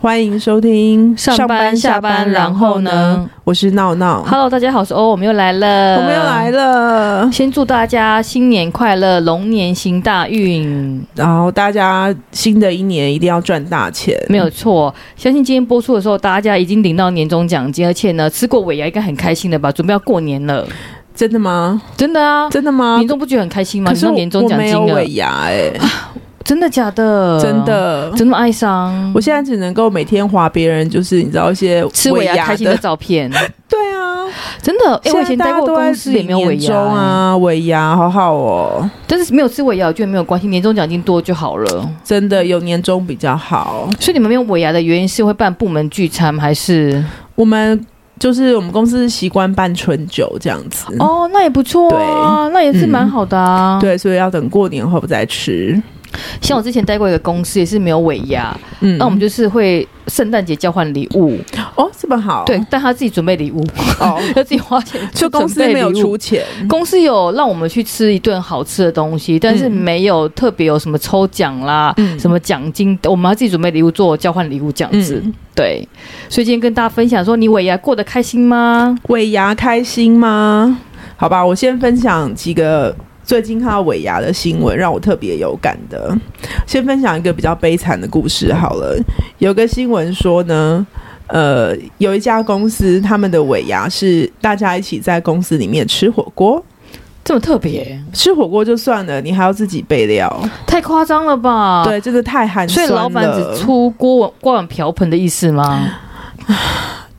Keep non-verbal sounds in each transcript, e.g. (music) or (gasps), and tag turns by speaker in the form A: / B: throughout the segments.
A: 欢迎收听
B: 上班下班，然后？呢
A: 我是闹闹，
B: ？Hello，大家好，我是欧，我们又来了，
A: 哦我们又来。了。
B: 先祝大家新年快乐，龙年行大运，
A: 然后大家新的一年一定要赚大钱，
B: 没有错。相信今天播出的时候，大家已经领到年终奖金，而且呢，吃过尾牙应该很开心的吧？准备要过年了，
A: 真的吗？
B: 真的啊，
A: 真的吗
B: 民？众不觉得很开心
A: 可
B: 吗？领
A: 是
B: 到
A: 我
B: 年终
A: 我
B: 奖
A: 没
B: 金
A: 有
B: 了
A: 尾，牙哎、
B: 真的假的？
A: 真，的。
B: 真的哀伤
A: 我。现在只能够每天划别人，就是你知道一些
B: 吃尾牙
A: 牙
B: 开心的照片，
A: 对啊，
B: 真的，哎、
A: 现
B: 我
A: 在
B: 以前
A: 大
B: 待
A: 家
B: 过
A: 都在
B: 公司也没有
A: 领
B: 尾
A: 年
B: 牙、欸
A: 终啊，尾牙好好哦，
B: 但是没有吃尾牙，我觉得没有关系，年终奖金多就好了。
A: 真的有年终比较好。
B: 所以你们没有尾牙的原因是会办部门聚餐吗，还是？
A: 我们就是我们公司是习惯办春酒这样子，
B: 哦，那也不错啊，那也是蛮好的啊。，
A: 嗯对，所以要等过年后再吃。
B: 像我之前待过一个公司，也是没有尾牙，
A: 嗯
B: 那我们就是会圣诞节交换礼物，
A: 哦，这么好，
B: 对，但他自己准备礼物， (laughs)
A: 哦，
B: 要自己花钱
A: 就公司
B: 准备
A: 没有
B: 礼物
A: 出。钱，
B: 公司有让我们去吃一顿好吃的东西，但是
A: 嗯
B: 没有特别有什么抽奖啦、
A: 嗯
B: 什么奖金，我们要自己准备礼物做交换礼物这样子。
A: 嗯
B: 对，所以今天跟大家分享说，你尾牙过得开心吗？
A: 尾牙开心吗？好吧，我先分享几个最近看到尾牙的新闻，让我特别有感的。先分享一个比较悲惨的故事好了。有个新闻说呢，呃，有一家公司他们的尾牙是大家一起在公司里面吃火锅，
B: 这么特别、
A: 吃火锅就算了，你还要自己备料，
B: 太夸张了吧？，
A: 对，真的太寒
B: 啊所
A: 酸
B: 以
A: 了。
B: 老板只出锅碗锅碗瓢盆的意思
A: 啊
B: 吗？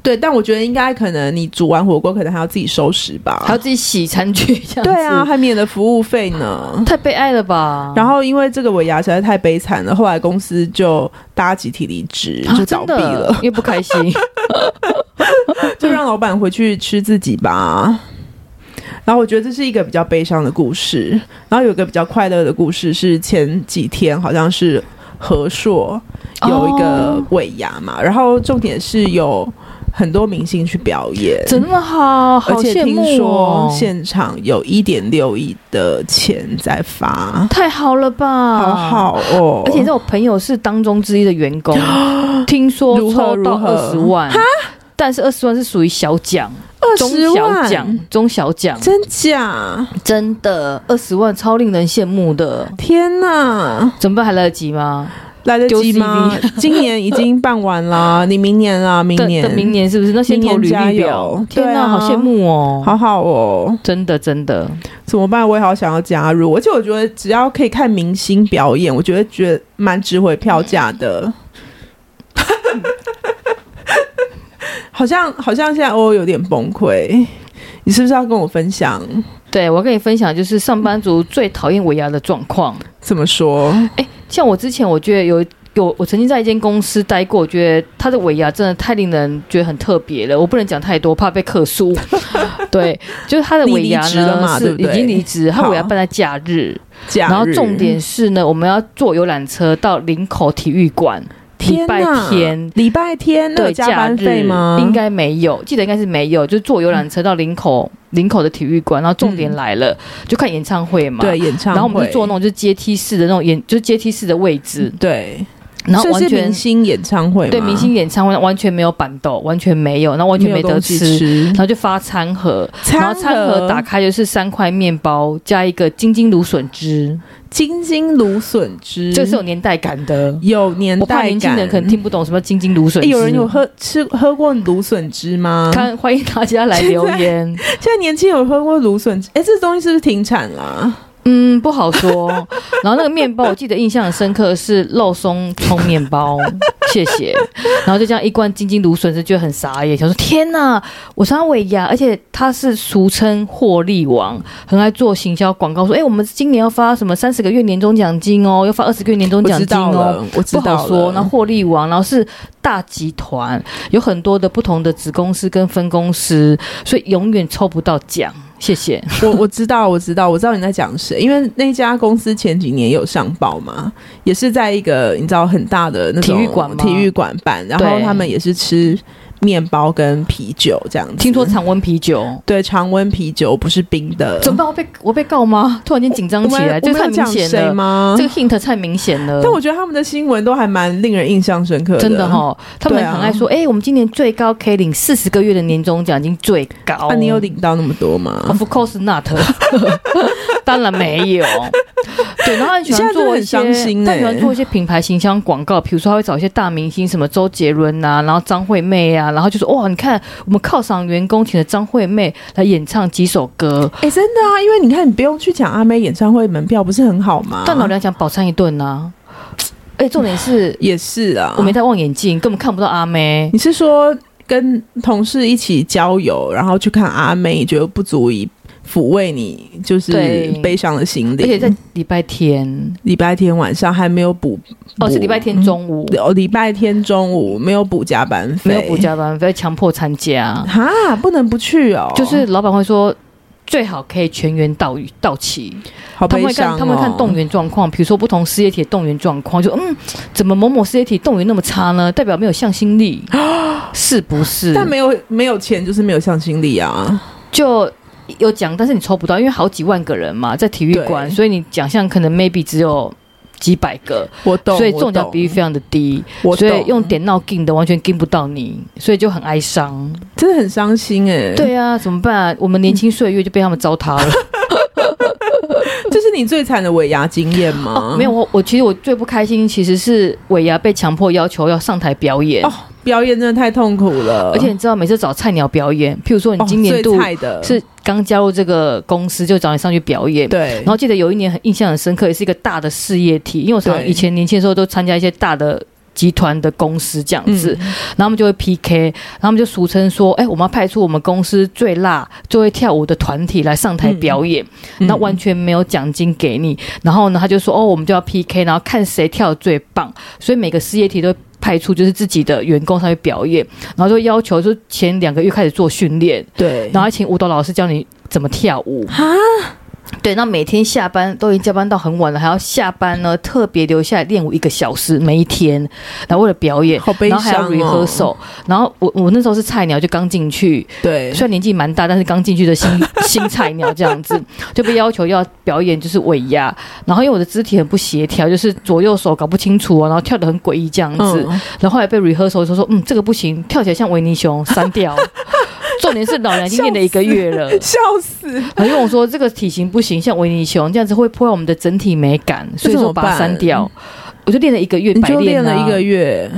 A: 对，但我觉得应该可能你煮完火锅，可能还要自己收拾吧
B: 还。要自己洗餐具这样子？
A: 对啊，，还免了服务费
B: (laughs)
A: 呢。
B: 太悲哀了吧？
A: 然后因为这个尾牙实在太悲惨了，后来公司就大家集体离职，
B: 啊
A: 就倒闭
B: 真的 (laughs)
A: 了，
B: 因为不
A: (laughs)
B: 开心。
A: 就让老板回去吃自己吧。然后我觉得这是一个比较悲伤的故事。然后有一个比较快乐的故事是前几天好像是和硕有一个
B: 哦
A: 尾牙嘛，然后重点是有很多明星去表演，
B: 怎么好？好
A: 而且
B: 羡
A: 听
B: 慕
A: 说
B: 哦！
A: 现场有一点六亿的钱在发，
B: 太好了吧？
A: 好好哦！
B: 啊而且你知道我朋友是当中之一的员
A: (gasps)
B: 工，听说
A: 如何
B: 抽到
A: 如何
B: 二十万，但是二十万是属于小奖、
A: 二
B: 中
A: 十
B: 小
A: 万
B: 奖，、中小奖，
A: 真假？
B: 真的二十万超令人羡慕的，
A: 天哪，
B: 怎么办？还来得及吗？
A: 来得及吗
B: 丢？
A: 今年已经办完啦，你明年啦，明
B: 等
A: 年，
B: 等明年是不是？那先
A: 明
B: 投
A: 年
B: 履
A: 加
B: 历表
A: 油，
B: 天
A: 对
B: 哪，
A: 啊
B: 好羡慕哦！
A: 好好哦，
B: 真的真的，
A: 怎么办？我也好想要加入，而且我觉得只要可以看明星表演，我觉得觉得蛮值回票价的。 (laughs) 好像好像现在欧欧有点崩溃，你是不是要跟我分享？
B: 对我要跟你分享，就是上班族最讨厌尾牙的状况。
A: 怎么说？
B: 像我之前，我觉得有有，我曾经在一间公司待过，我觉得他的尾牙真的太令人觉得很特别了。我不能讲太多，怕被
A: (laughs)
B: 克诉。对，就是他的
A: 你
B: 尾牙
A: 离职了
B: 呢
A: 嘛
B: 是
A: 对不对
B: 已经离职，他
A: 好
B: 尾牙办在假日，
A: 假日
B: 然后重点是呢，我们要坐游览车到林口体育馆，礼
A: 天
B: 拜
A: 哪
B: 天。
A: 礼拜天那有
B: 对，
A: 加班
B: 假日
A: 费吗？
B: 应该没有，记得应该是没有，就是坐游览车到林口林口的体育馆，然后重点
A: 嗯
B: 来了，就看演唱会嘛。
A: 对，演唱会，
B: 然后我们就坐那种就是阶梯式的那种演，就是阶梯式的位置，
A: 对，
B: 然后
A: 所以嗯
B: 完
A: 是
B: 全
A: 明星啊演唱会吗，
B: 对明星演唱会完全没有板豆，完全没有，然后完全
A: 没有
B: 得
A: 东西
B: 吃，
A: 吃
B: 然，后就发餐盒，然后餐盒
A: 盒
B: 打开就是三块面包加一个金金芦笋
A: 嗯
B: 汁，
A: 金金芦笋汁，
B: 这是有年代感的。
A: 有年
B: 我怕
A: 代
B: 年轻
A: 感。
B: 人可能听不懂什么金金芦笋
A: 诶
B: 汁。
A: 有人有喝吃喝过芦笋汁吗？
B: 看，欢迎大家来留言。
A: 现在年轻有喝过芦笋汁，哎、这东西是不是停产啦、
B: 嗯，不好说。 (laughs) 然后那个面包，我记得印象很深刻是肉松葱面包， (laughs) 谢谢。然后就这样一罐金金芦笋汁，就很傻眼，想说天哪，我常常尾牙，而且他是俗称获利王，很爱做行销广告，说哎、诶我们今年要发什么三十个月年终奖金哦，要发二十个月年终
A: 我
B: 奖
A: 知
B: 金
A: 道
B: 哦。
A: 了，我知
B: 不
A: 道
B: 好说，
A: (laughs)
B: 然后
A: 了。
B: 获利王，然后是大集团，有很多的不同的子公司跟分公司，所以永远抽不到奖。谢谢。
A: 我我知道，我知道，我知道你在讲谁，因为那家公司前几年有上报嘛，也是在一个你知道很大的那种
B: 体育馆吗
A: 体育馆办，然后
B: 对
A: 他们也是吃面包跟啤酒这样子。
B: 听说常温啤酒。
A: 对常温啤酒不是冰的，
B: 怎么办？我被我被告吗？突然间紧张
A: 我
B: 起
A: 们
B: 来，
A: 我
B: 这
A: 们
B: 个太
A: 有
B: 明
A: 讲
B: 显
A: 谁
B: 了，
A: 吗
B: 这？个 hint 太明显了。
A: 但我觉得他们的新闻都还蛮令人印象深刻
B: 真的哈、哦，他们
A: 对啊
B: 很爱说，哎、我们今年最高可以领四十个月的年终奖金，最高。
A: 啊那、你有领到那么多吗？
B: ？Of course not，当然
A: (laughs)
B: 没有。对，然后他很喜
A: 现在真的
B: 欢做一
A: 很伤
B: 些，
A: 心
B: 他
A: 欸
B: 喜欢做一些品牌形象广告，比如说他会找一些大明星，什么周杰伦呐、然后张惠妹啊，然后就说哇，你看我们犒赏员工请了张惠妹来演唱几首歌，
A: 哎、真的啊，因为你看，你不用去抢阿妹演唱会门票，不是很好吗？
B: 但老娘想饱餐一顿呐、啊。哎，重点是
A: 也是啊，
B: 我没戴望远镜，根本看不到阿妹。
A: 你是说跟同事一起郊游，然后去看阿妹，你觉得不足以抚慰你就是
B: 对
A: 悲伤的心灵？
B: 而且在礼拜天，
A: 礼拜天晚上还没有补，
B: 哦，是
A: 补
B: 礼拜天中午，
A: 哦，礼拜天中午没有补加班费，
B: 没有补加班费，强迫参加，
A: 哈，不能不去哦，
B: 就是老板会说。最好可以全员到到齐，
A: 好
B: 他们
A: 悲
B: 会
A: 伤、
B: 看
A: 哦、
B: 他们会看动员状况，比如说不同事业体的动员状况，就嗯，怎么某某事业体动员那么差呢？代表没有向
A: (gasps)
B: 心力，是不是？
A: 但没有没有钱就是没有向心力啊，
B: 就有奖，但是你抽不到，因为好几万个人嘛，在体育馆，
A: 对
B: 所以你奖项可能 maybe 只有几百个，
A: 我懂，
B: 所以
A: 我
B: 中奖
A: 懂
B: 比率非常的低，
A: 我
B: 所以
A: 懂
B: 用点闹劲的完全跟不到你，所以就很哀伤。
A: 真的很伤心哎、，
B: 对啊，怎么办、我们年轻岁月就被他们糟
A: (laughs)
B: 蹋了。
A: 这是你最惨的尾牙经验吗、
B: 哦没有，我，我其实我最不开心其实是尾牙被强迫要求要上台表演，
A: 哦表演真的太痛苦了，
B: 而且你知道每次找菜鸟表演，譬如说你
A: 哦
B: 今年度
A: 最菜的
B: 是刚加入这个公司就找你上去表演。
A: 对，
B: 然后记得有一年很印象很深刻，也是一个大的事业体，因为我常
A: 对
B: 以前年轻的时候都参加一些大的集团的公司
A: 嗯
B: 这样子，然后他们就会 PK，然后他们就俗称说，哎、我们要派出我们公司最辣、最会跳舞的团体来上台表演，
A: 嗯
B: 那完全没有奖金给你。然后呢，他就说，哦，我们就要 PK，然后看谁跳得最棒。所以每个事业体都派出就是自己的员工上去表演，然后就要求就是前两个月开始做训练，
A: 对，
B: 然后还请舞蹈老师教你怎么跳舞。
A: 哈，
B: 对，那每天下班都已经加班到很晚了，还要下班呢，特别留下来练舞一个小时，每一天，然后为了表演，
A: 好悲
B: 然后还要
A: 伤哦。
B: rehearsal，然后我我那时候是菜鸟，就刚进去，
A: 对
B: 虽，然年纪蛮大，但是刚进去的新新菜鸟这样子，就被要求要表演就是尾牙，然后因为我的肢体很不协调，就是左右手搞不清楚啊，然后跳得很诡异这样子，
A: 嗯，
B: 然后后来被 rehearsal 的时候说，嗯，这个不行，跳起来像维尼熊，删掉。 (laughs) 重点是老娘已经练了一个月了，
A: 笑死，
B: 然后跟我说这个体型不行，像维尼熊这样子会破坏我们的整体美感，所以
A: 怎
B: 说
A: 么
B: 我把它
A: 办
B: 删掉。我就练了一个月，
A: 你
B: 白
A: 就练了
B: 啊
A: 一个月，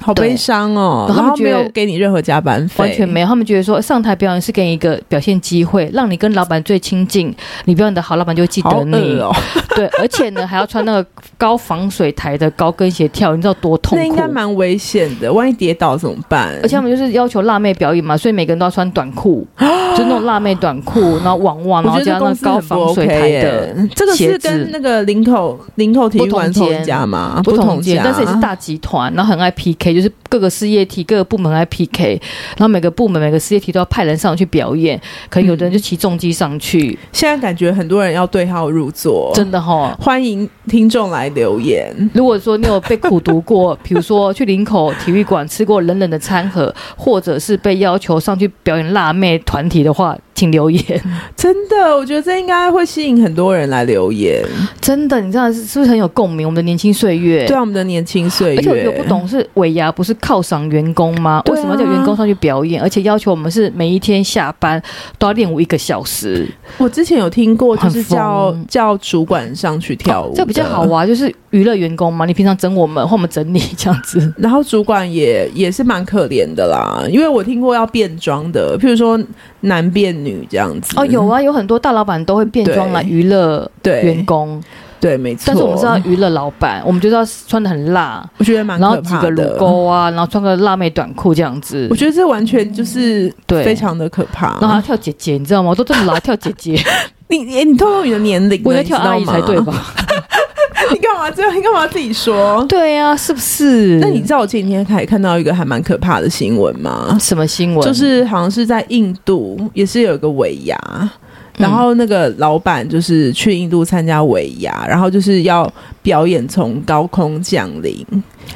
A: 好
B: 对
A: 悲伤哦。
B: 然后他们
A: 后没
B: 觉得
A: 有给你任何加班费，
B: 完全没有。他们觉得说上台表演是给你一个表现机会，让你跟老板最亲近，你表演的好，老板就会记
A: 好
B: 得你。
A: 饿哦。
B: (laughs) 对，而且呢还要穿那个高防水台的高跟鞋跳，你知道多痛
A: 那应
B: 苦。
A: 该蛮危险的，万一跌倒怎么办？
B: 而且他们就是要求辣妹表演嘛，所以每个人都要穿短
A: (gasps)
B: 裤，就那种辣妹短裤，然后网袜，然
A: 我
B: 后
A: 觉得这
B: 加那
A: 公
B: 个
A: 司
B: 高
A: 很不
B: 防水
A: OK
B: 台的
A: 耶。这个
B: 鞋
A: 是
B: 子
A: 跟那个林口林口体育馆
B: 不同
A: 同
B: 间
A: 一家吗？
B: 不同间
A: 家，，
B: 但是也是大集团，然后很爱 PK，就是各个事业体、各个部门很爱 PK，然后每个部门、每个事业体都要派人上去表演，可能有的人就骑重机上去，
A: 现在感觉很多人要对号入座，
B: 真的哈。
A: 欢迎听众来留言。
B: 如果说你有被苦读过，比如说去林口体育馆吃过冷冷的餐盒，或者是被要求上去表演辣妹团体的话，请留言。
A: 真的，我觉得这应该会吸引很多人来留言。
B: (laughs) 真的，你知道是是不是很有共鸣？我们的年轻岁月，
A: 对啊，我们的年轻岁月，
B: 而且我觉得不懂是尾牙不是犒赏员工吗？
A: 对啊
B: 为什么要叫员工上去表演？而且要求我们是每一天下班都要练舞一个小时，
A: 我之前有听过，就
B: 很
A: 是叫
B: 疯哦
A: 叫主管上去跳舞、
B: 这比较好。玩，就是娱乐员工嘛。你平常整我们，或我们整你这样子，
A: 然后主管也也是蛮可怜的啦，因为我听过要变装的，譬如说男变女这样子。
B: 哦，有啊，有很多大老板都会变装
A: 对
B: 来娱乐
A: 对
B: 员工，
A: 对，没错。
B: 但是我们是要娱乐老板，我们就是要穿的很辣，
A: 我觉得蛮
B: 嗯然后
A: 可
B: 几
A: 怕
B: 个乳
A: 的。
B: 沟啊，然后穿个辣妹短裤这样子
A: 我。觉得这完全就是
B: 对
A: 非常的可怕。
B: 然后还要跳姐姐，你知道吗？我都这么老还跳姐
A: (laughs)
B: 姐，
A: 你你哎你透露你的年龄了，
B: 我在
A: 你
B: 跳
A: 知道
B: 阿姨才
A: 吗
B: 对？吧？
A: 你干嘛这样？你干嘛自己说？
B: 对呀、啊，是不是？
A: 那你知道我前几天还看到一个还蛮可怕的新闻吗？
B: 什么新闻？嗯
A: 就是好像是在印度，也是有一个尾牙，然后那个老板就是去印度参加尾牙，然后就是要表演从高空降临，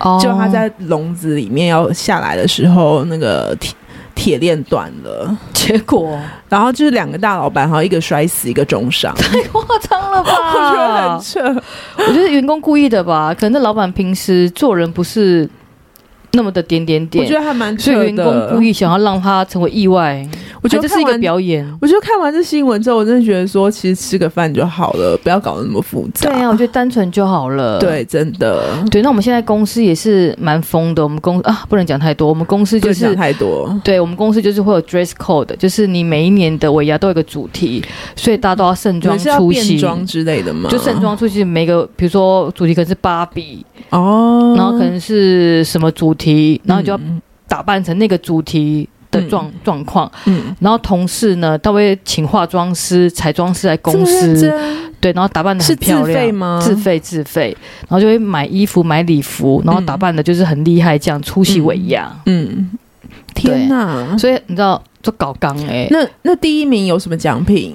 B: 哦
A: 就他在笼子里面要下来的时候，那个铁铁链断了，
B: 结果
A: (laughs) 然后就是两个大老板，好像一个摔死，一个重
B: (laughs)
A: 伤，
B: 太夸张了
A: 我觉得
B: 吧
A: 很？扯。
B: 我觉得员工故意的吧，可能那老板平时做人不是那么的点点
A: 我觉
B: 点，
A: 得还蛮
B: 所
A: 扯
B: 以员工
A: 的
B: 故。意想要让他成为意外，哎
A: 我觉得
B: 这是
A: 看
B: 一个
A: 完，
B: 表演。
A: 我觉得看完这新闻之后，我真的觉得说，其实吃个饭就好了，不要搞得那么复杂。
B: 对啊，我觉得单纯就好了。
A: 对，真的，
B: 对，那我们现在公司也是蛮疯的，我们公啊不能讲太多，我们公司就
A: 不能
B: 是
A: 讲太多。
B: 对我们公司就是会有 dress code，就是你每一年的尾牙都有一个主题，所以大家都要盛
A: 你
B: 装
A: 们是要
B: 出席
A: 变。装之类的吗？
B: 就盛装出席，每个比如说主题可能是芭比，
A: 哦，
B: 然后可能是什么主题，然后你就要
A: 嗯
B: 打扮成那个主题的状、状况。
A: 嗯，
B: 然后同事呢，他会请化妆师、彩妆师来公
A: 这么认
B: 司，
A: 真
B: 对，然后打扮的
A: 是
B: 很
A: 自
B: 漂
A: 费
B: 亮。
A: 吗？
B: 自费自费，然后就会买衣服、买礼服，然后打
A: 嗯
B: 扮的就是很厉害，这样出席尾牙。
A: 嗯，天哪！
B: 啊所以你知道，就搞刚哎、
A: 那那第一名有什么奖品？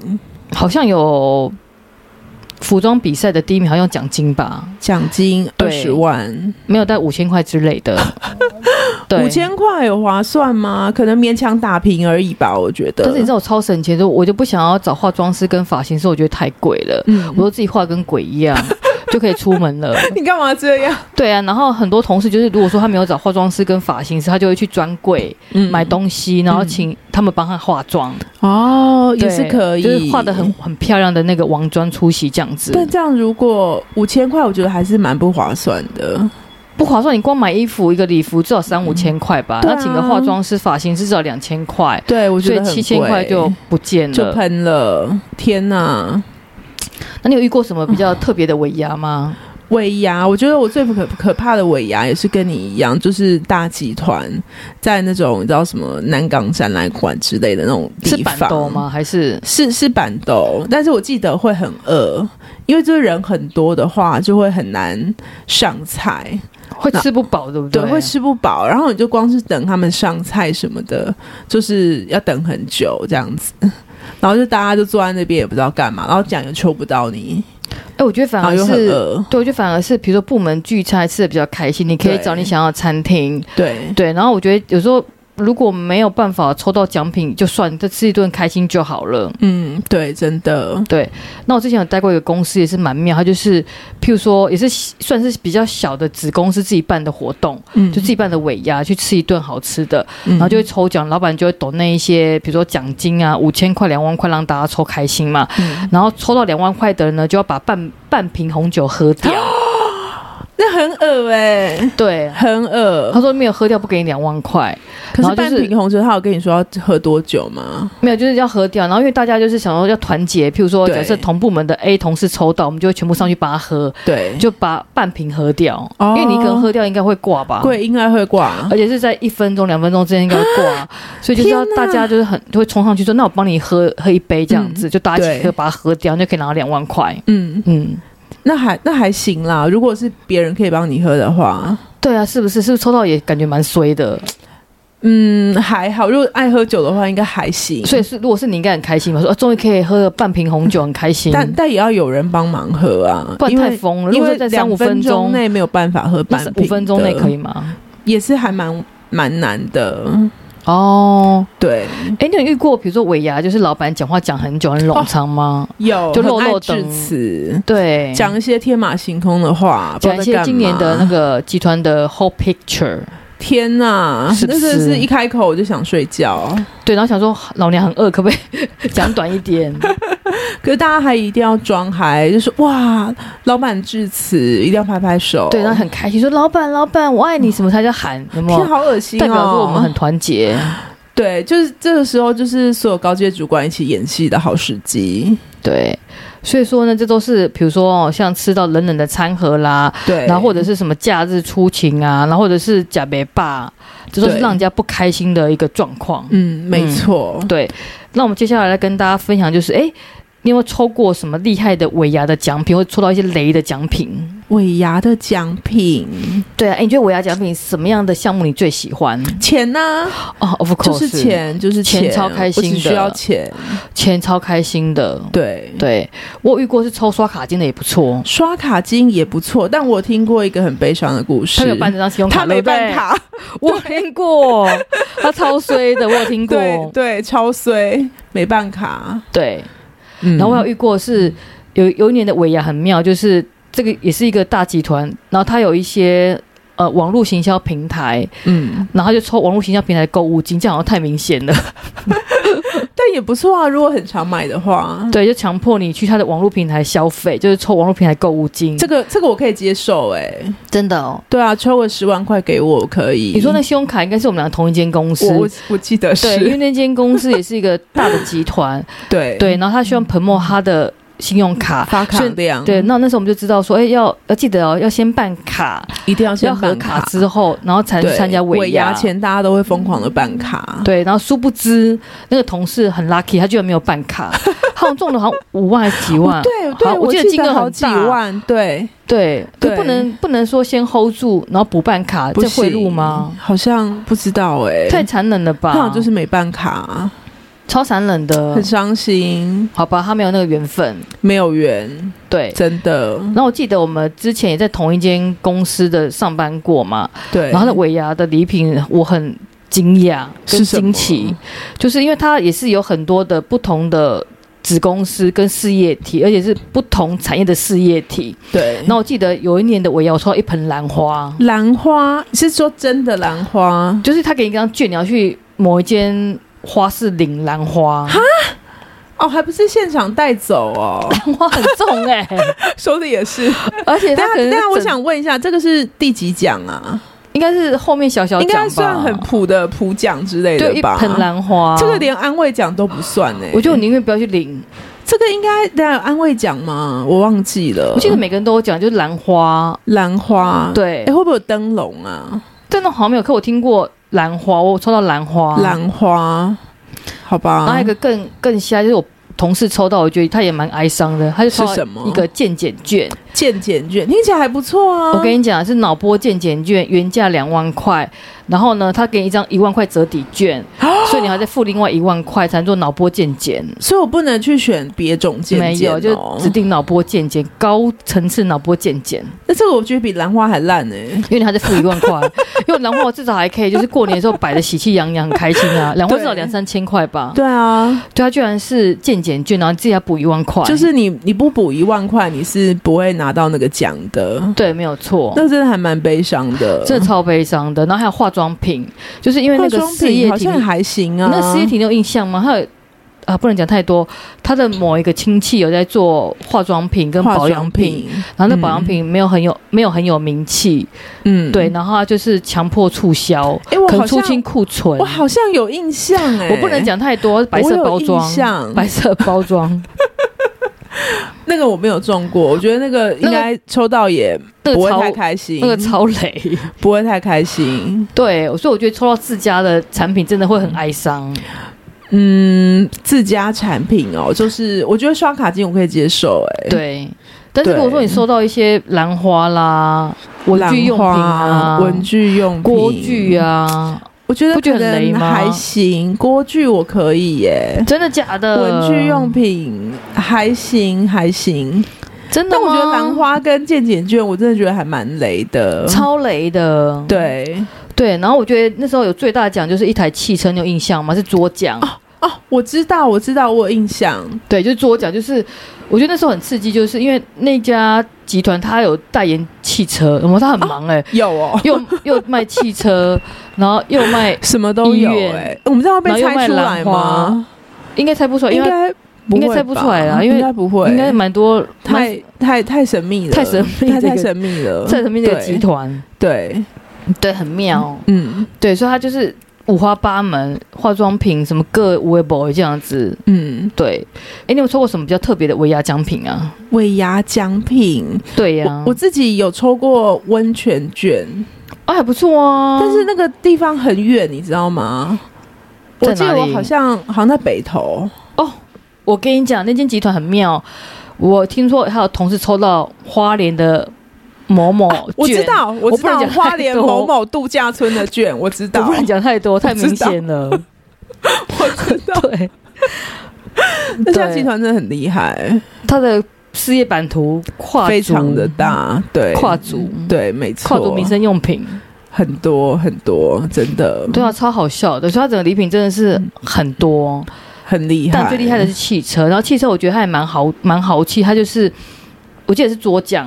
B: 好像有服装比赛的第一名，好像有奖金吧，
A: 奖金二
B: 对
A: 十万，
B: 没有到五千块之类
A: (laughs)
B: 的。对，
A: 五。千块有划算吗？可能勉强打平而已吧，我觉得。
B: 但是你知道我超省钱的，我就不想要找化妆师跟发型师，我觉得太贵了。
A: 嗯
B: 我，都自己画得跟鬼一样，就可以出门了。
A: (laughs) 你干嘛这样？
B: 对啊，然后很多同事就是，如果说他没有找化妆师跟发型师，他就会去专柜
A: 嗯
B: 买东西，然后请他们帮他化妆，
A: 哦，也
B: 对
A: 是可以，
B: 就是画的很。很漂亮的那个王妆出席这样子。
A: 但这样如果五千块，我觉得还是蛮不划算的。
B: 不划算，你光买衣服一个礼服至少三五千块吧，
A: 对啊
B: 那请个化妆师、发型师至少两千块，
A: 对，我
B: 所
A: 觉
B: 以
A: 得很
B: 七千块
A: 贵嗯
B: 就不见
A: 就
B: 了。
A: 喷了。天哪！
B: 那你有遇过什么比较特别的尾牙吗？
A: 尾牙，我觉得我最不可可怕的尾牙也是跟你一样，就是大集团在那种你知道什么南港展览馆之类的那种地
B: (laughs) 是
A: 方
B: 板豆？吗？还是
A: 是是板豆，但是我记得会很饿，因为就是人很多的话就会很难上菜，
B: 会吃不饱，对不
A: 对，
B: 对，
A: 会吃不饱，然后你就光是等他们上菜什么的，就是要等很久这样子，然后就大家就坐在那边也不知道干嘛，然后讲也抽不到你，
B: 哎、我觉得反
A: 然后
B: 而
A: 又很
B: 是，
A: 饿，
B: 对，我觉得反而是，比如说部门聚餐吃的比较开心，你可以
A: 对
B: 找你想要的餐厅，
A: 对。
B: 对。然后我觉得有时候如果没有办法抽到奖品，就算再吃一顿开心就好了。
A: 嗯，对，真的，
B: 对，那我之前有待过一个公司，也是蛮妙，它就是譬如说也是算是比较小的子公司自己办的活动，
A: 嗯，
B: 就自己办的尾牙去吃一顿好吃的，
A: 然
B: 然后就会抽奖，老板就会抖那一些，比如说奖金啊，五千块、两万块，让大家抽开心嘛。
A: 嗯
B: 然后抽到两万块的人呢，就要把半半瓶红酒喝
A: (laughs)
B: 掉。
A: 那很恶哎、
B: 对，
A: 很
B: 他 (laughs)
A: 恶。
B: 说没有喝掉不给你两万块，
A: 可
B: 然
A: 是
B: 后就是
A: 半瓶红酒，他有跟你说要喝多久吗？
B: 没有就是要喝掉。然后因为大家就是想说要团结，譬如说
A: 对
B: 假设同部门的 A 同事抽到，我们就会全部上去帮他喝，
A: 对，
B: 就把半瓶喝掉。
A: 哦
B: 因为你一个人喝掉应该会挂吧？
A: 贵应该会挂
B: 而。且是在一分钟、两分钟之间应该会
A: (laughs)
B: 挂，所以就是要
A: 天哪
B: 大家就是很就会冲上去说：“那我帮你喝喝一杯，这样子、就大家一起
A: 嗯对
B: 喝，把它喝掉，你就可以拿到两万块。
A: 嗯”，
B: 嗯，
A: 那还那还行啦。如果是别人可以帮你喝的话，
B: 对啊，是不是？是不是抽到也感觉蛮衰的？
A: 嗯，还好。如果爱喝酒的话，应该还行。
B: 所以是如果是你应该很开心吧？说、啊、终于可以喝了半瓶红酒，很开心。
A: 但但也要有人帮忙喝啊
B: 不，然
A: 因
B: 太
A: 为
B: 疯了。如
A: 因
B: 果
A: 为
B: 说在三五
A: 两
B: 分
A: 钟
B: 钟，
A: 内没有办法喝
B: 那
A: 半
B: 是
A: 瓶，
B: 五分钟内可
A: 以，
B: 以吗？
A: 也是还蛮蛮难的。
B: 哦，
A: 对，
B: 哎，你有遇过比如说尾牙，就是老板讲话讲很久很冗长吗？
A: 有
B: 就漏
A: 很爱
B: 漏
A: 致
B: 等
A: 辞，
B: 对，
A: 哦讲一些天马行空的话，不知
B: 讲
A: 道在
B: 一些
A: 干
B: 今年
A: 嘛
B: 的那个集团的 whole picture。
A: 天呐，
B: 是不
A: 那真的
B: 是
A: 是一开口我就想睡觉。
B: 对，然后想说 (laughs) 老娘很饿，可不可以 (laughs) 讲短
A: (laughs)
B: 一点？
A: 哦可是大家还一定要装嗨，就是哇，老板致辞一定要拍拍手。
B: 对，然后很开心说老板老板我爱你什么，他
A: (laughs)
B: 就喊有没
A: 天
B: 有？
A: 好恶心哦！
B: 代表说我们很团结，
A: 对，就是这个时候，就是所有高阶主管一起演戏的好时机。
B: 对。所以说呢，这都是比如说哦，像吃到冷冷的餐盒啦，
A: 对，
B: 然后或者是什么假日出勤啊，然后或者是假别爸，这都是
A: 对
B: 让人家不开心的一个状况。
A: 嗯，没错，
B: 对，那我们接下来来跟大家分享，就是哎，你有没有抽过什么厉害的尾牙的奖品，或抽到一些雷的奖品？
A: 尾牙的奖品
B: 对啊，哎、你觉得尾牙奖品什么样的项目你最喜欢？
A: 钱呢、
B: 哦、o f
A: 就
B: course，
A: 是，钱，就是
B: 钱
A: 钱，
B: 超开心的
A: 我只需要钱。
B: 钱超开心的。
A: 对，
B: 对我有遇过是抽刷卡金的也不错，
A: 刷卡金也不错，但我听过一个很悲伤的故事，
B: 他没有办这张信用卡，
A: 他没办
B: 卡，
A: 卡，
B: (laughs) 我有听过，他超衰的，我有听过，
A: 对对，超衰，没办卡。
B: 对
A: 嗯
B: 然后我有遇过是有有一年的尾牙很妙，就是这个也是一个大集团，然后它有一些呃网络行销平台，
A: 嗯，
B: 然后它就抽网络行销平台的购物金，这样好像太明显了，
A: 但也不错啊，如果很常买的话，
B: 对，就强迫你去它的网络平台消费，就是抽网络平台购物金，
A: 这个这个我可以接受、哎，
B: 真的哦。
A: 对啊，抽个十万块给我我可以。
B: 你说那信用卡应该是我们俩同一间公司
A: 我，我我记得
B: 对，因为
A: 是
B: 那间公司也是一个大的集团，
A: (laughs) 对
B: 对，然后他希望彭默他的信用卡。
A: 发卡
B: 所以
A: 量
B: 对，那那时候我们就知道说，哎、要要记得哦，要先办卡，
A: 一定要
B: 要
A: 先
B: 合
A: 办
B: 卡之后，然后才能
A: 对，
B: 去参加
A: 尾
B: 牙。
A: 前大家都会疯狂的办卡，
B: 对，然后殊不知那个同事很 lucky，他居然没有办卡，他好像中了好像五万还是几万，
A: 哦对
B: 好
A: 对，
B: 我记得
A: 得
B: 金额很
A: 好几
B: 大
A: 万，对，
B: 对，可
A: 对
B: 不能不能说先 hold 住，然后不办卡，
A: 不
B: 这贿
A: 行
B: 赂吗？
A: 好像不知道哎，
B: 太残忍了嗯吧，
A: 那就是没办卡，
B: 超残忍的
A: 很，伤心，
B: 好吧，他没有那个缘分，
A: 没有缘，
B: 对。
A: 真的，
B: 然后我记得我们之前也在同一间公司的上班过嘛，
A: 对，
B: 然后那尾牙的礼品我很惊讶跟
A: 是什
B: 惊
A: 么啊
B: 奇，就是因为它也是有很多的不同的子公司跟事业体，而且是不同产业的事业体。
A: 对，
B: 那我记得有一年的尾牙，我抽到一盆兰花，
A: 兰花是说真的兰花，
B: 就是他给你一张券，你要去某一间花市领兰花，
A: 哦，还不是现场带走哦，
B: 兰花很重哎、
A: (laughs) 说的也
B: (laughs)
A: 是。
B: 而且
A: 但
B: 它可能
A: 但我
B: 整
A: 想问一下，这个是第几奖啊？
B: 应该是后面小小
A: 应该
B: 奖
A: 算
B: 吧
A: 很普的普奖之类
B: 对
A: 的
B: 一
A: 吧？
B: 盆兰花，
A: 这个连安慰奖都不算哎、
B: 我觉得我宁愿不要去
A: 嗯
B: 领。
A: 这个应该大家有安慰奖吗？我忘记了。
B: 我记得每个人都有讲，就是兰花，
A: 兰花，
B: 对
A: 哎、会不会有灯笼啊？
B: 但那好像没有。可我听过兰花，我抽到兰花，
A: 兰花，好吧。
B: 然后还有一个更更瞎，就是我同事抽到，我觉得他也蛮哀伤的，他就抽
A: 是
B: 到
A: 什么
B: 一个健检券。
A: 健检卷听起来还不错啊。
B: 我跟你讲，是脑波健检券，原价两万块，然后呢，他给你一张一万块折抵券，
A: 啊
B: 所以你还再付另外一万块才能做脑波健检。
A: 所以我不能去选别种健
B: 没
A: 检、
B: 有，
A: 哦，
B: 就指定脑波健检，高层次脑波健检，
A: 那这个我觉得比兰花还烂哎、
B: (laughs) 因为你还在付一万块，因为兰花我至少还可以，就是过年的时候摆的喜气洋洋，很开心啊。兰花至少两三千块吧，
A: 对啊，
B: 对，它居然是健检券，然后你自己要补一万块，
A: 就是你你不补一万块，你是不会拿到那个奖的。
B: 对，没有错。
A: 那真的还蛮悲伤的。
B: 哦这超悲伤的。然后还有化妆品，就是因为那
A: 化
B: 个
A: 妆
B: 事
A: 品
B: 业
A: 好
B: 体，
A: 像还行啊。
B: 那个事业体你有印象吗？还有啊，不能讲太多。他的某一个亲戚有在做化妆品跟
A: 化
B: 保
A: 妆
B: 养品，，然后那保养品没有很有、没有很有名气，
A: 嗯，
B: 对，然后他就是强迫促销，
A: 哎、我
B: 可能
A: 好
B: 出
A: 像
B: 清库存
A: 我。好像有印象哎、
B: 我不能讲太多，白色包
A: 我有
B: 装
A: 印，象
B: 白色
A: (laughs)
B: 包装，
A: 那个我没有中过，我觉得那个应该抽到也
B: 那
A: 不
B: 个
A: 会
B: 超
A: 太开心，
B: 那个超雷。
A: 不会太开心。
B: 对，所以我觉得抽到自家的产品真的会很哀伤。
A: 嗯，自家产品哦，就是我觉得刷卡金我可以接受哎、
B: 对，但是如果
A: 对
B: 说你收到一些兰花啦、文
A: 兰
B: 具用品
A: 花
B: 啊、
A: 文具用品、
B: 锅具，啊，
A: 我觉得
B: 不觉得
A: 可
B: 很雷
A: 能
B: 吗
A: 还行，锅具我可以耶、
B: 真的假的？
A: 哎文具用品还行还行，
B: 真的
A: 但
B: 吗？
A: 我觉得兰花跟健检卷，我真的觉得还蛮雷的。
B: 超雷的，
A: 对
B: 对。然后我觉得那时候有最大奖就是一台汽车，你有印象吗？是桌奖，
A: 哦，我知道，我知道，我有印象。
B: 对，就是桌奖，就是我觉得那时候很刺激，就是因为那家集团它有代言汽车，然后它很忙哎、
A: 有
B: (laughs)
A: 哦，
B: 又又卖汽车，然后又卖，
A: 什么都有
B: 医院
A: 哎、我们这样会被
B: 欸然后
A: 猜
B: 又卖
A: 出来
B: 兰花
A: 吗？，
B: 应该猜不出来，因
A: 应
B: 为它
A: 该不会吧
B: 应该猜不出来啦因为
A: 应该不会，
B: 应该蛮多蛮
A: 太太太神秘了，
B: 太神秘
A: 太
B: 这个
A: 太神秘了，
B: 在什么那个集团，
A: 对，对，
B: 对，很妙，
A: 嗯
B: 对，所以它就是五花八门，化妆品什么各微博这样子，
A: 嗯，
B: 对。哎，你有抽过什么比较特别的尾牙奖品啊？
A: 尾牙奖品。
B: 对呀、
A: 我我自己有抽过温泉卷，
B: 啊还不错啊，
A: 但是那个地方很远，你知道吗？
B: 在
A: 我记得
B: 哪
A: 我
B: 里
A: 好像好像在北投，
B: 哦，我跟你讲，那间集团很妙，我听说还有同事抽到花莲的某某券、
A: 啊我知道，我知
B: 不能
A: 道
B: 讲太
A: 花莲
B: 多
A: 某某度假村的券，我知
B: 我
A: 道
B: 不，能讲太多，太明显了。
A: (laughs) 我知
B: (laughs)
A: 道，
B: 对，
A: 那家集团真的很厉害，
B: 他的事业版图跨足
A: 非常的大，对，
B: 跨足，
A: 对，没错，
B: 跨足民生用品，
A: 很多很多，真的，
B: 对啊，超好笑的。所以它整个礼品真的是很多，
A: 很厉害。
B: 但最厉害的是汽车。然后汽车我觉得它还蛮豪蛮豪气，它就是我记得是左桨，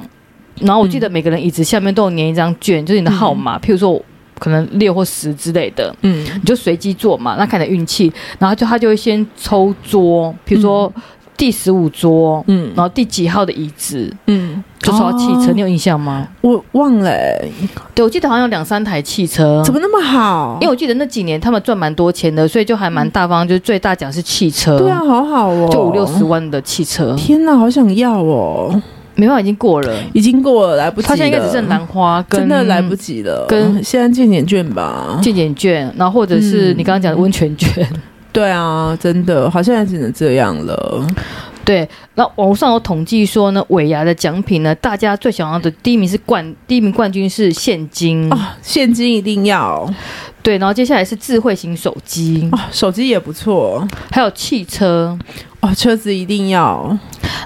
B: 然后我记得每个人椅子下面都有粘一张券，就是你的号码，譬如说可能六或十之类的。
A: 嗯，
B: 你就随机做嘛，那看你的运气，然后就他就会先抽桌，比如说第十五桌，
A: 嗯
B: 然后第几号的椅子，
A: 嗯，
B: 就抽到汽车，
A: 哦
B: 你有印象吗？
A: 我忘了、欸，
B: 对，我记得好像有两三台汽车，
A: 怎么那么好？
B: 因为我记得那几年他们赚蛮多钱的，所以就还蛮大方，就是最大奖是汽车，
A: 对啊，，好好哦，
B: 就五六十。万的汽车，
A: 天哪，好想要哦！
B: 没办法，已经过了，
A: 已经过了，来不及了。
B: 他现在应该只剩兰花跟
A: 真的来不。及了。
B: 跟
A: 现在见点券吧。
B: 健检券，然后或者是
A: 嗯
B: 你刚刚讲的温泉券，
A: (laughs) 对啊，真的，好像也只能这样了。
B: 嗯对，那网络上有统计说呢，尾牙的奖品呢，大家最想要的第一名是冠，第一名冠军是现金，
A: 啊，现金一定要
B: 对，然后接下来是智慧型手机，
A: 啊，手机也不错
B: 还有汽车，
A: 哦，车子一定要。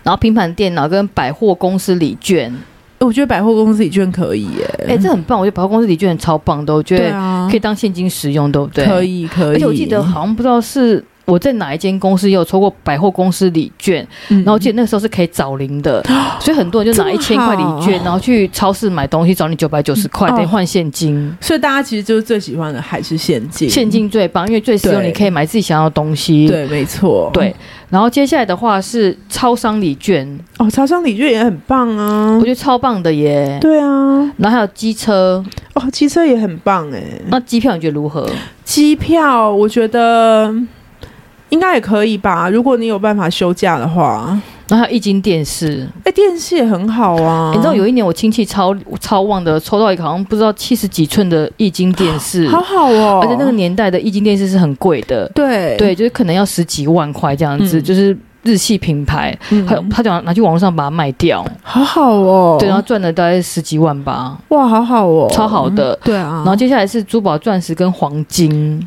B: 然后平板电脑跟百货公司礼券，
A: 我觉得百货公司礼券可以耶、
B: 哎、这很棒，我觉得百货公司礼券超棒的，我觉
A: 对
B: 得
A: 啊，
B: 可以当现金使用，对不对？
A: 可。以可以。
B: 而且我记得好像不知道是我在哪一间公司也有抽过百货公司礼券，
A: 嗯，
B: 然后我记得那个时候是可以找
A: (gasps)
B: 零的，所以很多人就拿
A: 这
B: 一
A: 么
B: 千块礼券，
A: 好
B: 然后去超市买东西找你九百九十块，
A: 嗯
B: 等于换现金。
A: 所以大家其实就是最喜欢的还是现金，
B: 现金最棒，因为最实用，
A: 对
B: 你可以买自己想要的东西。
A: 嗯对，没错，
B: 对然后接下来的话是超商礼券，
A: 哦，超商礼券也很棒啊
B: 我，觉得超棒的耶。
A: 对啊，
B: 然后还有机车，
A: 哦，机车也很棒哎、
B: 那机票你觉得如何？
A: 机票我觉得应该也可以吧，如果你有办法休假的话，
B: 然后还有液晶电视，
A: 哎、电视也很好啊，
B: 哎你知道有一年我亲戚超超旺的，抽到一个好像不知道七十几寸的液晶电视，
A: 好好哦，
B: 而且那个年代的液晶电视是很贵的，
A: 对
B: 对，就是可能要十几万块这样子，
A: 嗯
B: 就是日系品牌，
A: 嗯
B: 他他就拿去网络上把它卖掉，
A: 好好哦，
B: 对，然后赚了大概十几万吧。
A: 哇，好好哦，
B: 超好的
A: 对啊，
B: 然后接下来是珠宝、钻石跟黄金，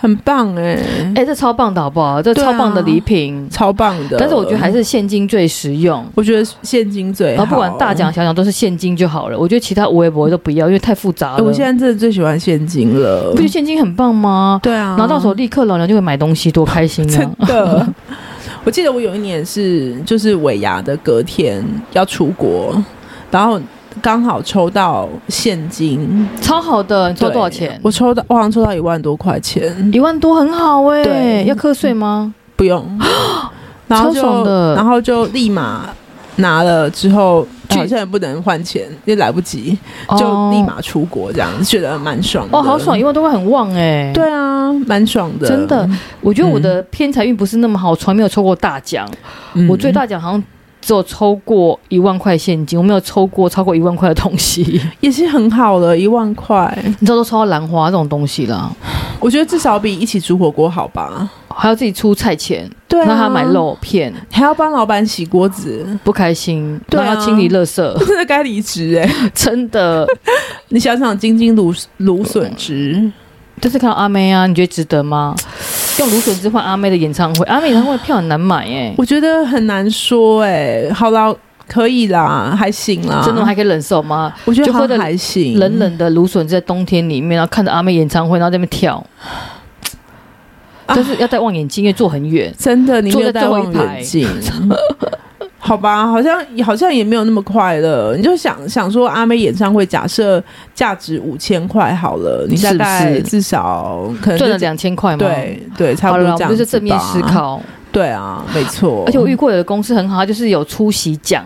A: 很棒哎、
B: 哎、这超棒的好不好？这
A: 对
B: 超
A: 啊
B: 棒的礼品，
A: 超棒的，
B: 但是我觉得还是现金最实用。
A: 我觉得现金最
B: 然
A: 好，
B: 后不管大奖小奖都是现金就好了，我觉得其他无微博都不要，因为太复杂
A: 哎
B: 了。
A: 我现在真的最喜欢现金了
B: 不觉，得现金很棒吗？
A: 对啊，
B: 然后到手立刻老娘就会买东西，多开心 (laughs)
A: 真
B: 啊！
A: 的。 (laughs) 我记得我有一年是就是尾牙的隔天要出国，然后刚好抽到现金，
B: 超好的，你抽
A: 对
B: 多少钱？嗯
A: 我抽到，我好像抽到一万多块钱，
B: 一万多很好哎、
A: 对
B: 要课税吗？
A: 不
B: (gasps)
A: 用，然后
B: 超爽
A: 就
B: 的
A: 然后就立马拿了之后，
B: 去哦
A: 好像也不能换钱，也来不及，就立马出国这样，觉得蛮爽的
B: 哦，哦好爽，一万多块很旺哎、，
A: 对啊，蛮爽的，
B: 真的，我觉得我的偏财运不是那么好，从来没有抽过大奖。
A: 嗯
B: 我最大奖好像只有抽过一万块现金，我没有抽过超过一万块的东
A: (laughs)
B: 西。
A: 也是很好了，一万块，
B: 你知道都抽到兰花这种东西啦，
A: 我觉得至少比一起煮火锅好吧。
B: 还要自己出菜钱，
A: 对、啊，
B: 让他买，肉片，
A: 还要帮老板洗锅子， (laughs)
B: 不开心，
A: 对啊
B: 让他清理垃
A: (laughs)
B: 圾，
A: 真的该离职哎！
B: 真的。
A: 你想想，金金芦芦笋汁，
B: 但是看到阿妹啊，你觉得值得吗？用芦笋汁换阿妹的演唱会，阿妹演唱会票很难买哎、
A: 我觉得很难说哎。好啦，可以啦，还行啦，
B: 真的吗还可以忍受吗？
A: 我觉得
B: 就喝
A: 好
B: 得
A: 像还行，
B: 冷冷的芦笋在冬天里面，然后看着阿妹演唱会，然后在那边跳，
A: 啊
B: 就是要戴望远镜，因为坐很远。
A: 真的，你没有
B: 坐在
A: 戴
B: 最后
A: 望
B: 一排
A: 远镜。
B: (laughs)
A: 好吧，好像好像也没有那么快乐。你就想想说，阿妹演唱会假设价值五千块好了，你大
B: 是不
A: 概
B: 是
A: 至少可能就
B: 赚了两千块吗？，
A: 对对，差
B: 好
A: 不多
B: 了啦，
A: 这样
B: 我们就
A: 子
B: 是正面
A: 吧
B: 思。考。
A: 对啊，没错。
B: 而且我遇过有的公司很好，它就是有出席奖，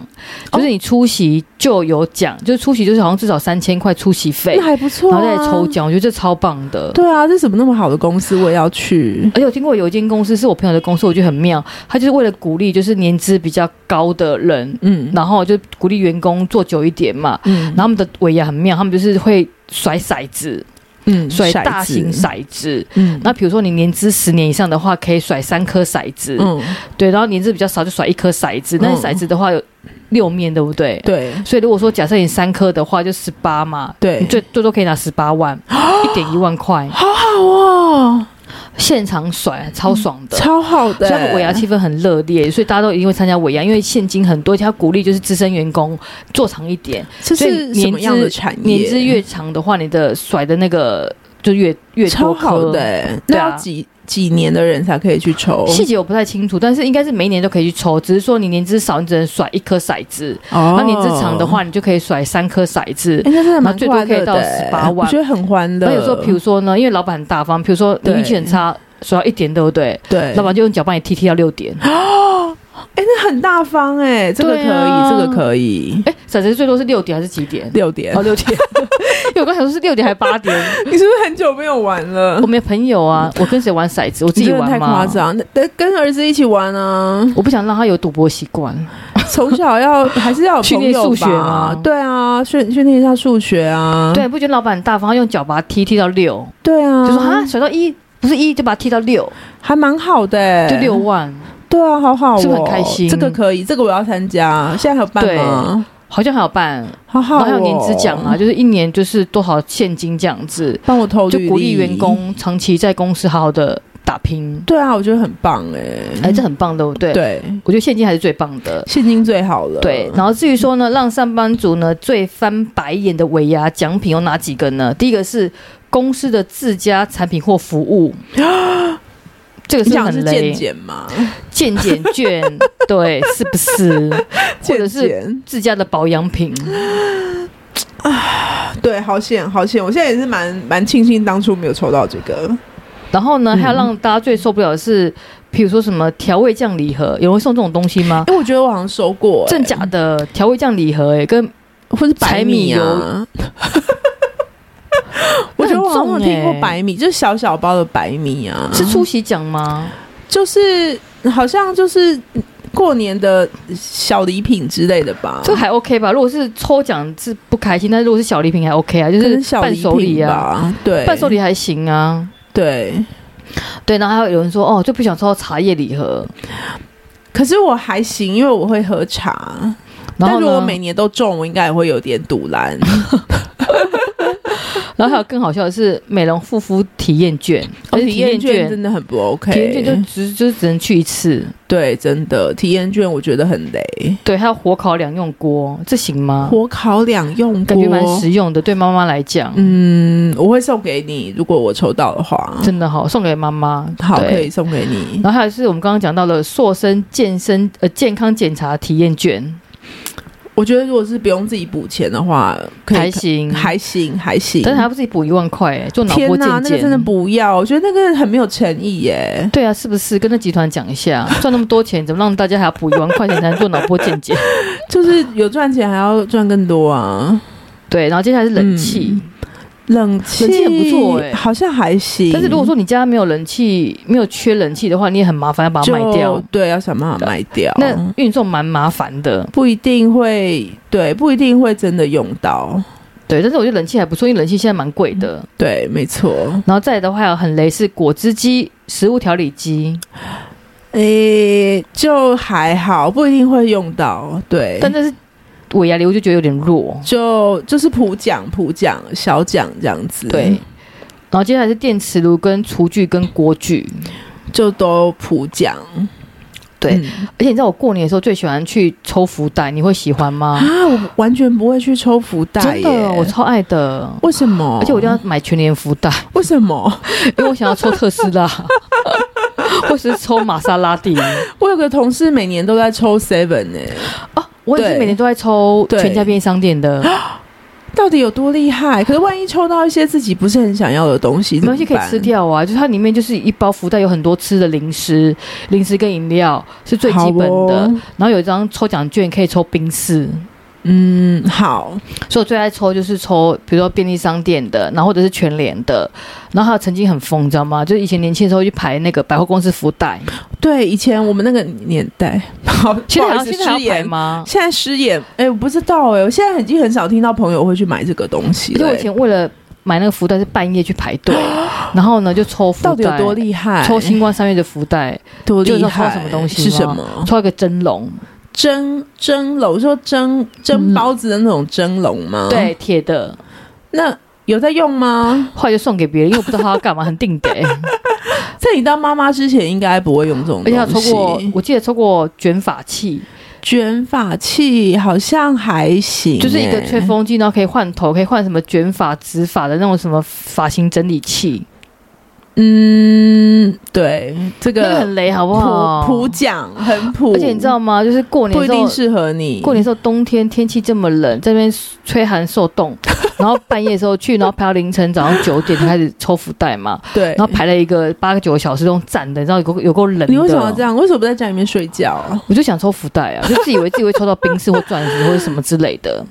A: 哦
B: 就是你出席就有奖，就是出席就是好像至少三千块出席费
A: 那，还不错、
B: 然
A: 啊，
B: 后再抽。奖，我觉得这超棒的。
A: 对啊，这怎么那么好的公司，我也要去。
B: 而且我听过有一间公司是我朋友的公司，我觉得很妙，他就是为了鼓励就是年资比较高的人，
A: 嗯
B: 然后就鼓励员工做久一点嘛，
A: 嗯
B: 然后他们的尾牙很妙，他们就是会甩骰子，
A: 嗯
B: 甩
A: 骰
B: 大
A: 子
B: 型骰子。
A: 嗯
B: 那比如说你年资十年以上的话，可以甩三颗骰子，
A: 嗯，
B: 对，然后年资比较少就甩一颗骰子。那
A: 嗯
B: 骰子的话有六面，对不对？。
A: 对
B: 所以如果说假设你三颗的话，就十八嘛，
A: 对
B: 你，最最多可以拿十八
A: (gasps)
B: 万，一点一万块，
A: 好好哦，
B: 现场甩超爽的。
A: 超好的
B: 所以
A: 欸、
B: 他们尾牙气氛很热烈，所以大家都一定会参加尾牙，因为现金很多，而且他鼓励就是资深员工做长一点，
A: 这
B: 所以
A: 是什
B: 年
A: 么样
B: 资
A: 的产业？
B: 年资越长的话，你的甩的那个就越越
A: 超
B: 多颗
A: 好的、欸，那
B: 对啊
A: 要几几年的人才可以去抽？
B: 细节我不太清楚，但是应该是每一年都可以去抽，只是说你年资少，你只能甩一颗骰子；
A: 哦
B: 那、年资长的，话，你就可以甩三颗骰子。
A: 哎、那真的
B: 那
A: 蛮
B: 最多
A: 快
B: 可以
A: 乐的
B: 到
A: 欸、
B: 18万
A: 我觉得很欢乐。
B: 那有时候，比如说呢，因为老板很大方，比如说你
A: 对
B: 运气很差，甩到一点，对不对？
A: 对，
B: 老板就用脚帮你踢踢到六点。
A: 哎、那很大方哎、这个可以，
B: 对啊
A: 这个可以。
B: 哎、骰子最多是六点还是几点？
A: 六点、
B: 哦，六点。因为我刚想说是六点还是八点，
A: (laughs) 你是不是很久没有玩了
B: 我？没有朋友啊，我跟谁玩骰子？我自
A: 你
B: 己
A: 真的
B: 玩
A: 太
B: 吗
A: 夸？张，那跟跟儿子一起玩
B: (laughs)
A: 啊！
B: 我不想让他有赌博习惯。
A: 从小要还是要有
B: 训练
A: 朋友
B: 数学
A: 吧
B: 吗
A: 对啊，训训练一下数学啊。
B: 对，不觉得老板很大方，他用脚把他踢踢到六，
A: 对啊，
B: 就说啊，甩到一。不是一就把他踢到六，
A: 还蛮好的、欸，
B: 就六万，
A: 对啊，好好、哦，
B: 是不是很开心
A: 这个可以，这个我要参加。现在还有办吗？
B: 好像还有办，
A: 好好、
B: 然
A: 哦，
B: 后还有年资奖啊，，就是一年就是多少现金这样子，
A: 帮我投
B: 就
A: 履
B: 鼓励员。工长期在公司好好的打拼，
A: 对啊，我觉得很棒哎、
B: 哎、这很棒的，对不对？
A: 对，
B: 我觉得现金还是最棒的。
A: 现金最好了。
B: 对，然后至于说呢，让上班族呢最翻白眼的尾牙奖品有哪几个呢？第一个是公司的自家产品或服
A: (gasps)
B: 务，这个
A: 你
B: 是
A: 讲的
B: 很
A: 是
B: 累
A: 健，检吗？
B: 健检
A: (laughs)
B: 券，对，是不是？或者是
A: 健检
B: 自家的保养品，
A: 对，好险好险！我现在也是蛮蛮庆幸当初没有抽到这个。
B: 然后呢，
A: 嗯
B: 还有让大家最受不了的是，比如说什么调味酱礼盒，有人会送这种东西吗？
A: 哎、我觉得我好像收过、欸，
B: 真假的调味酱礼盒、欸，哎，跟
A: 或是
B: 柴
A: 白
B: 米
A: 米
B: 油
A: 啊。 (laughs) 我觉得我好像有听过
B: 那很重欸
A: 白米，就是小小包的白米啊，
B: 是出席奖吗？
A: 就是好像就是过年的小礼品之类的吧，
B: 这个还 OK 吧？如果是抽奖是不开心，但是如果是小礼品还 OK 啊，就
A: 可
B: 是
A: 能小
B: 伴
A: 礼
B: 手礼
A: 品
B: 啊，
A: 吧，对，
B: 伴手礼还行啊。
A: 对。
B: 对，然后还有人说哦，就不想抽到茶叶礼盒。
A: 可是我还行，因为我会喝茶。
B: 然
A: 但
B: 后
A: 如果
B: 呢？哦
A: 每年都中，我应该也会有点堵拦。
B: 然后还有更好笑的是美容护肤体验券，而且
A: 哦体验
B: 券
A: 券真的很不 OK，
B: 体验券就只就只能去一次。
A: 对，真的体验券我觉得很雷。
B: 对，还有火烤两用锅，这行吗？
A: 火烤两用
B: 啊感觉蛮
A: 锅，
B: 实用的，对妈妈来讲，
A: 嗯，我会送给你，如果我抽到的话，
B: 真的好，送给妈妈。
A: 好，
B: 对
A: 可以送给你。
B: 然后还有是我们刚刚讲到了塑身健身呃健康检查体验券，
A: 我觉得如果是不用自己补钱的话，可以
B: 还行，
A: 还行还行。
B: 但是还要自己补一万块、欸，做脑
A: 天
B: 波
A: 呐，
B: 健
A: 那个
B: 检。
A: 真的不要，我觉得那个很没有诚意耶。
B: 对啊，是不是跟那集团讲一下， (laughs) 赚那么多钱，怎么让大家还要补一万块钱才能做脑波健检？
A: 就是有赚钱还要赚更多啊。
B: (laughs) 对，然后接下来是冷气，
A: 嗯冷气
B: 冷气很不错欸
A: 好像还行。
B: 但是如果说你家没有冷气，没有缺冷气的话，你也很麻烦要把它
A: 就
B: 卖掉，
A: 对，要想办法卖掉。
B: 那运送蛮麻烦的。
A: 不一定会，对，不一定会真的用到。
B: 对，但是我觉得冷气还不错，因为冷气现在蛮贵的。
A: 对，没错。
B: 然后再来的话，还有很雷是果汁机、食物调理机，
A: 诶、就还好，不一定会用到。对，
B: 但这是尾牙礼物就觉得有点弱。
A: 就就是普讲普讲小讲这样子。
B: 对，然后接下来是电磁炉、跟厨具、跟锅具。
A: 就都普讲。
B: 对
A: 嗯
B: 而且你知道我过年的时候最喜欢去抽福袋，你会喜欢吗？
A: 啊，我完全不会去抽福袋
B: 真
A: 耶，
B: 的，哦我超爱的。哦
A: 为什么？
B: 而且我一定要买全年福袋， (laughs)
A: 为什么？
B: 因为我想要抽特斯 (laughs) 拉，或是抽玛莎拉蒂。
A: 我有个同事每年都在抽 seven 呢、
B: 哦，我也是
A: 对
B: 每年都在抽
A: 对
B: 全家便利商店的，
A: 到底有多厉害？可是万一抽到一些自己不是很想要的东西，
B: 没关系
A: 怎么
B: 可以
A: 办
B: 吃。掉啊。就是它里面就是一包福袋，有很多吃的零食、零食跟饮料是最基本的。
A: 好哦
B: 然后有一张抽奖券可以抽冰室，
A: 嗯，好，
B: 所以我最爱抽就是抽，比如说便利商店的，然后或者是全联的，然后还有曾经很疯，你知道吗？就是以前年轻的时候去排那个百货公司福袋，
A: 对，以前我们那个年代， (laughs) 好，
B: 现
A: 不
B: 在
A: 好
B: 好
A: 意
B: 像
A: 思
B: 现在还
A: 失
B: 要排
A: 言。
B: 吗？
A: 现在失言，哎、我不知道哎、我现在已经很少听到朋友会去买这个东西
B: 而且
A: 了、
B: 我以前为了买那个福袋是半夜去排队，然后呢
A: (gasps)
B: 就抽福袋，
A: 到底有多厉害？
B: 抽星光三月的福袋，
A: 多
B: 就
A: 厉
B: 是
A: 害？
B: 抽什么东西
A: 是
B: 吗
A: 什么？
B: 抽一个蒸笼，
A: 蒸蒸笼？说蒸蒸
B: 嗯
A: 包子的那种蒸笼吗？，
B: 对，铁的，
A: 那有在用吗？
B: 后来就送给别人，因为我不知道他要干嘛，很定得、
A: 在你当妈妈之前，应该不会用这种
B: 而且
A: 东西。
B: 他抽过，我记得抽过卷发器，
A: 卷发器，好像还行欸、
B: 就是一个吹风机，然后可以换头，可以换什么卷发、直发的那种什么发型整理器，
A: 嗯，对，这
B: 那个
A: 个
B: 很雷，好不
A: 普
B: 好？
A: 普讲很普，
B: 而且你知道吗？就是过年
A: 不一
B: 的时
A: 定
B: 候，
A: 适合你。
B: 过年的时候冬天天气这么冷，这边吹寒
A: (laughs)
B: 受冻，然后半夜的时候去，然后排到凌晨早上九点才开始抽福袋嘛，
A: 对，
B: 然后排了一个八个九个小时，那种站的，你知道有够有够冷的。哦
A: 你为什么要这样？为什么不在家里面睡觉？
B: 我就想抽福袋啊，就自以为自 (laughs) 己会抽到冰室或钻石或者什么之类的，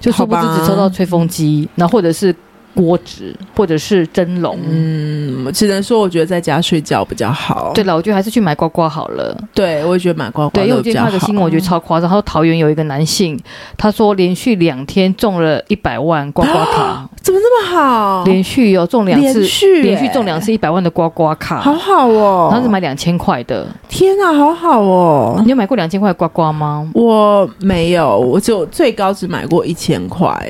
B: 就殊不知
A: 好吧
B: 只抽到吹风机，然后或者是锅子，或者是蒸笼。
A: 嗯，我只能说我觉得在家睡觉比较好。
B: 对了，我觉得还是去买刮刮好了。
A: 对，我也觉得买刮刮
B: 对，因为
A: 乐
B: 我
A: 比
B: 今
A: 较好。
B: 天看了个新闻，我觉得超夸张。他说桃园有一个男性，他说连续两天中了一百万刮刮
A: (gasps)
B: 卡，
A: 怎么那么好，
B: 连续有中两次
A: 哦连，续
B: 连续中
A: 欸
B: 两，次一百万的刮刮卡，
A: 好好哦。
B: 然后是买两千块的。
A: 天啊，好好哦。
B: 你有买过两千块的刮刮吗？
A: 我没有，我只有最高只买过一千块，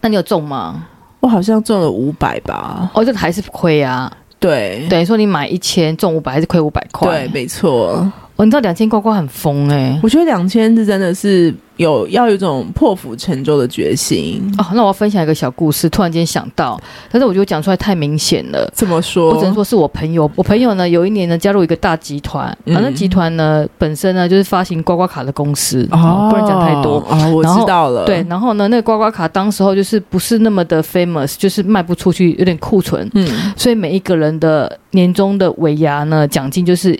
B: 那你有中吗？
A: 我好像中了五百吧。
B: 哦，这还是亏啊！
A: 对
B: 等于说你买一千中五百，还是亏五百块？
A: 对，没错。
B: 哦，你知道两千刮刮很疯哎、
A: 我觉得两千是真的是有要有一种破釜沉舟的决心。
B: 哦，那我要分享一个小故事，突然间想到，但是我觉得讲出来太明显了。
A: 怎么说？
B: 我只能说是我朋友，我朋友呢有一年呢加入一个大集团，
A: 嗯
B: 反正集团呢本身呢就是发行刮刮卡的公司，
A: 哦，
B: 不能讲太多。
A: 哦，我
B: 然后
A: 知道了。
B: 对，，然后呢，那个刮刮卡当时候就是不是那么的 famous，就是卖不出去，有点库存，
A: 嗯，
B: 所以每一个人的年终的尾牙呢奖金就是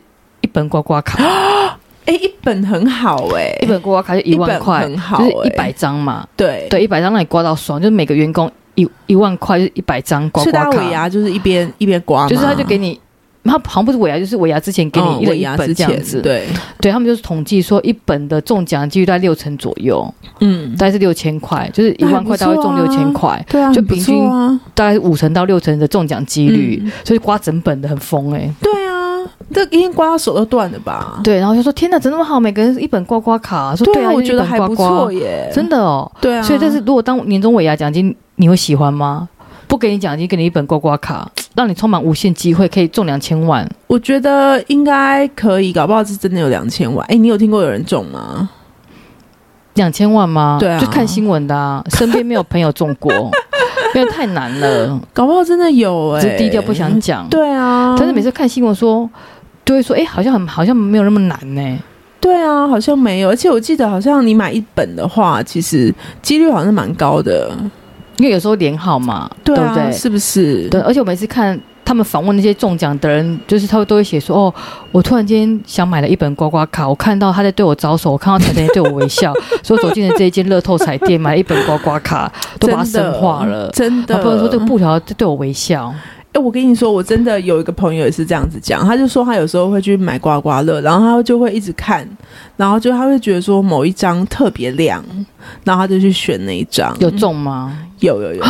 B: 一本刮刮卡，
A: (gasps) 哎，一本很好哎，
B: 一本刮刮卡就一万块，
A: 很好，
B: 就是
A: 欸
B: 一百张嘛。
A: 对。
B: 对，一百张让你刮到爽，就是每个员工一一万块，就是一百张刮
A: 所以
B: 刮
A: 大家尾
B: 卡，
A: 牙就是一边一边刮嘛，
B: 就是他就给你。他好像不是尾牙，就是尾牙之前给你
A: 嗯
B: 一人
A: 尾
B: 一
A: 牙
B: 本
A: 之
B: 这样子，
A: 前对，
B: 对他们就是统计说一本的中奖几率大概六成左右，
A: 嗯，
B: 大概是六千块，就是一万块
A: 那
B: 大
A: 还
B: 概
A: 不错
B: 中
A: 啊
B: 六千块，
A: 对啊，
B: 就
A: 很不
B: 平均
A: 错啊，
B: 大概是五成到六成的中奖几率，
A: 嗯
B: 所以刮整本的很疯哎、
A: 对啊，这已经刮到手都断了吧？
B: 对，然后就说天哪，怎么那么好，每个人一本刮刮卡，说
A: 哦对
B: 啊，
A: 啊，我
B: 就是
A: 觉
B: 一
A: 得
B: 本
A: 还
B: 刮
A: 不
B: 刮
A: 错，耶，
B: 真的哦，
A: 对啊，
B: 所以，但是如果当年终尾牙奖金，你会喜欢吗？不给你奖金，给你一本刮刮卡，让你充满无限机会，可以中两千万。
A: 我觉得应该可以，搞不好是真的有两千万。哎，你有听过有人中吗？
B: 两千万吗？
A: 对啊
B: 就看新闻的啊，身边没有朋友中过， (laughs) 因为太难了，
A: 搞不好真的有哎，
B: 只是低调不想讲。，
A: 对啊，
B: 但是每次看新闻说，就会说，哎、好像很好像没有那么难呢、
A: 对啊，好像没有，而且我记得好像你买一本的话，其实几率好像蛮高的，
B: 因为有时候连号嘛，
A: 对
B: 不
A: 啊，
B: 对？
A: 是不是？
B: 对，而且我每次看他们访问那些中奖的人，就是他会都会写说：“哦，我突然间想买了一本刮刮卡，我看到他在对我招手，我看到财神爷对我微笑， (laughs) 所以我走进了这一间乐透彩店，买了一本刮刮卡，都把它
A: 真的
B: 神化了。”
A: 真的。
B: 然后不能说这个布条在对我微笑，
A: 哎、我跟你说，我真的有一个朋友也是这样子讲，他就说他有时候会去买刮刮乐，然后他就会一直看，然后就他会觉得说某一张特别亮，然后他就去选那一张。
B: 有中吗？
A: 有有有，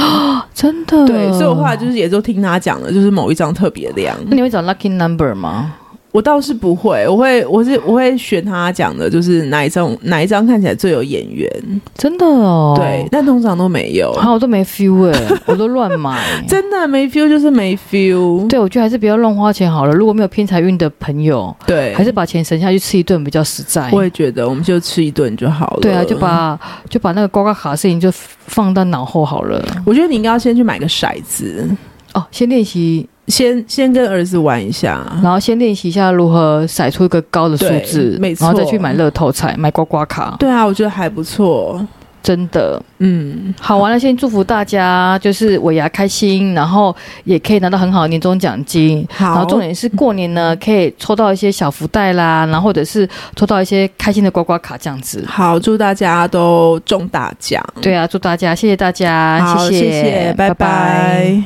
B: 真的？
A: 啊对，所以我后来就是也就听他讲了，就是某一张特别
B: (laughs)
A: 亮。
B: 那你会找 lucky number 吗？
A: 我倒是不会，我会我是我会选他讲的，就是哪一张哪一张看起来最有眼缘。
B: 真的哦，
A: 对，，但通常都没有，
B: 啊，我都没 feel 哎、我都乱买。
A: (laughs) 真的没 feel 就是没 feel。
B: 对，我觉得还是不要乱花钱好了。如果没有偏财运的朋友，
A: 对，
B: 还是把钱省下去吃一顿比较实在。
A: 我也觉得，我们就吃一顿就好了。
B: 对啊，就把就把那个刮刮卡的事情就放到脑后好了。
A: 我觉得你应该要先去买个骰子，
B: 哦，先练习，
A: 先先跟儿子玩一下。
B: 然后先练习一下如何甩出一个高的数
A: 嗯对
B: 字
A: 没，
B: 然后再去
A: 错
B: 买乐透彩、买刮刮卡，
A: 对啊，我觉得还不错。
B: 真的
A: 嗯，
B: 好玩了。先祝福大家，就是尾牙开心，然后也可以拿到很好的年终奖金。然
A: 好，
B: 后重点是过年呢，可以抽到一些小福袋啦，然后或者是抽到一些开心的刮刮卡这样子。
A: 好，祝大家都中大奖。
B: 对啊，祝大家，谢谢大家，
A: 好，谢
B: 谢，
A: 拜拜